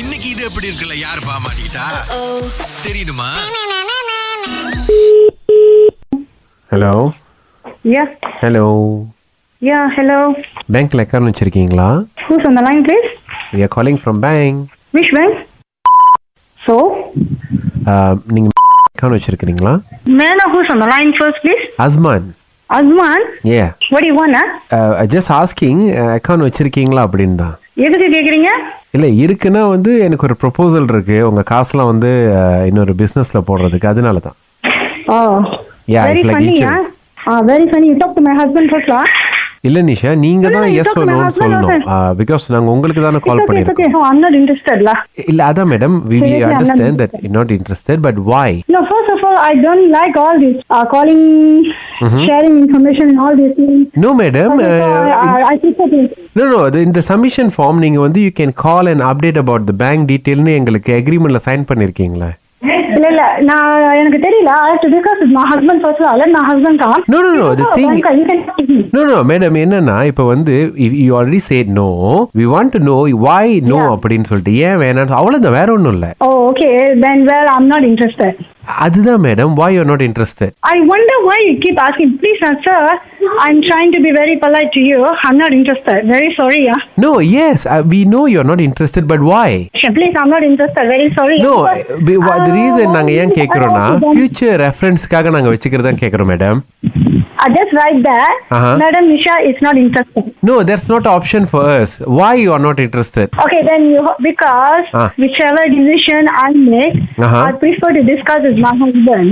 இன்னைக்கு இது எப்படி இருக்குல்ல யார் பாமாட்டா தெரியுமா hello yeah hello yeah hello பேங்க்ல அக்கௌண்ட் வச்சிருக்கீங்களா who's on the line please we are calling from bank wish bank so Uh, நீங்க அக்கௌண்ட் வச்சிருக்கீங்களா மேனா who's on the line first please அஸ்மான் அஸ்மான் ஏ வடி வானா ஜஸ்ட் ஆஸ்கிங் அக்கௌண்ட் uh, வச்சிருக்கீங்களா அப்படின்னு தான் எதுக்கு கேட்குறீங்க இல்லை இருக்குன்னா வந்து எனக்கு ஒரு ப்ரொபோசல் இருக்கு உங்க காசுலாம் வந்து அஹ், இன்னொரு பிஸ்னஸ்ல போடுறதுக்கு அதனால தான் oh Yeah, very it's like ஃபன்னியா each ah very funny you talk to my husband first லா இல்லை நிஷா நீங்க No, no, தான் you yes talk to my சொல்லணும்னு husband சொல்லணும் பிகாஸ் நாங்கள் உங்களுக்கு தானே கால் ஓகே ஓகே பண்ணியிருக்கோம் ஓ ஐம் நாட் இன்ட்ரெஸ்டட் லா இல்லை அதான் madam we Seriously, I'm not understand that not interested but why No, first of all, I don't like all this uh, calling, Mm-hmm. sharing information, and all these things. No madam Okay, so I, I, I prefer this. uh, No, no, அது இந்த submission form நீங்க வந்து you can call and update about the bank டீட்டெயில்னு எங்களுக்கு அக்ரிமெண்ட்ல sign பண்ணிருக்கீங்களா இல்ல இல்ல நான் எனக்கு தெரியல I have to discuss with my husband first லா let my husband come No, no, no, the thing- no no madam என்னன்னா இப்போ வந்து you already said no we want to no why no அப்படின்னு சொல்லிட்டு ஏன் வேணாம் அவ்வளோதான் வேற ஒன்றும் இல்லை oh okay then where I'm not interested அதுதான் madam why you're not interested I wonder why you keep asking please sir I am trying to be very polite to you I'm not interested very sorry no yes uh, we know you're not interested but why please I'm not interested very sorry no the Uh, reason நாங்க ஏன் கேக்குறோம்னா future ரெஃபரன்ஸ்க்காக நாங்க வெச்சுக்கிறது தான் கேக்குறோம் madam just right there Uh-huh. Madam Nisha is not interested no that's not an option for us why you are not interested Okay, then you, because Ah. whichever decision I make, Uh-huh. I prefer to discuss with my husband.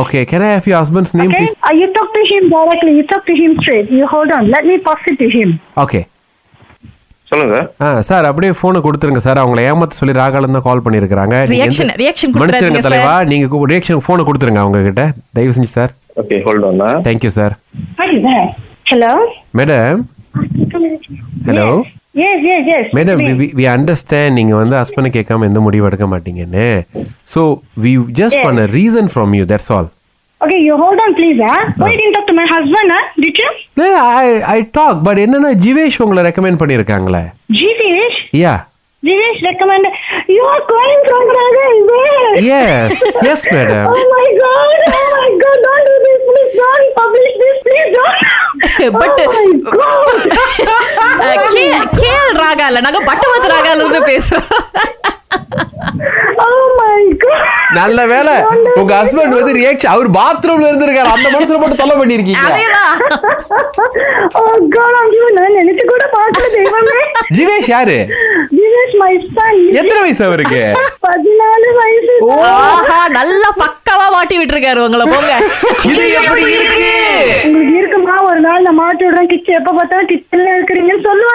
okay can i have your husband's name Okay, please uh, you talk to him directly. You talk to him straight. You hold on. Let me pass it to him. okay சொல்லுங்க ஆ sir அப்படியே போனை கொடுத்துருங்க sir அவங்கள ஏமாத்த சொல்லி ராகாலன் தான் கால் பண்ணியிருக்காங்க Reaction, reaction கொடுத்துறாதீங்க மன்னிச்சிருங்க சார். தலைவா நீங்க ரியாக்ஷன் போனை கொடுத்துருங்க அவங்க கிட்ட தயவு செஞ்சு சார் ஓகே ஹோல்ட் ஆனா thank you sir What is that? Hello. Madam hello Yes, yes, yes. Madam me. We understand நீங்க வந்து ஹஸ்பண்ட் கேட்காம எந்த முடிவு எடுக்க மாட்டீங்கன்னு ஸோ வி ஜஸ்ட் Yes. பண்ண reason from you that's all Okay, you hold on, please. Ah. Huh? Why didn't you talk to my husband? Huh? Did you? I I talk but என்னன்னா ஜிவேஷ் உங்களை recommend பண்ணியிருக்காங்களே Jivesh? Yeah Jivesh recommended. You are going from brother there. Yes yes madam Oh my god! Oh my god! Don't do this! Please don't publish this! Please don't! But- oh my god! Ah, K- KL ராகா இல்ல நாங்க பட்டவத்து ராகால இருந்து பேசுறோம் Oh my god! நல்ல வேலை உங்க husband வந்து reaction அவர் பாத்ரூம்ல இருந்திருக்காரு அந்த மனசுல மட்டும் தொல்லை பண்ணிருக்கீங்க அதேதான் Oh god! ஐயோ, நான் நினைச்சு கூட பார்க்கல தெய்வமே. ஜிவேஷ் யாரு This is my son. எத்தனை வயசு அவருக்கு பதினாலு வயசு ஆஹா நல்லா பக்காவா மாட்டி விட்டுருக்காரு உங்களை போங்க இது எப்படி இருக்கு உங்களுக்கு இருக்குமா ஒரு நாள் நான் மாட்டி விடுறேன் கிச்சன் எப்ப பார்த்தாலும் கிச்சன்ல இருக்கிறீங்கன்னு சொல்ல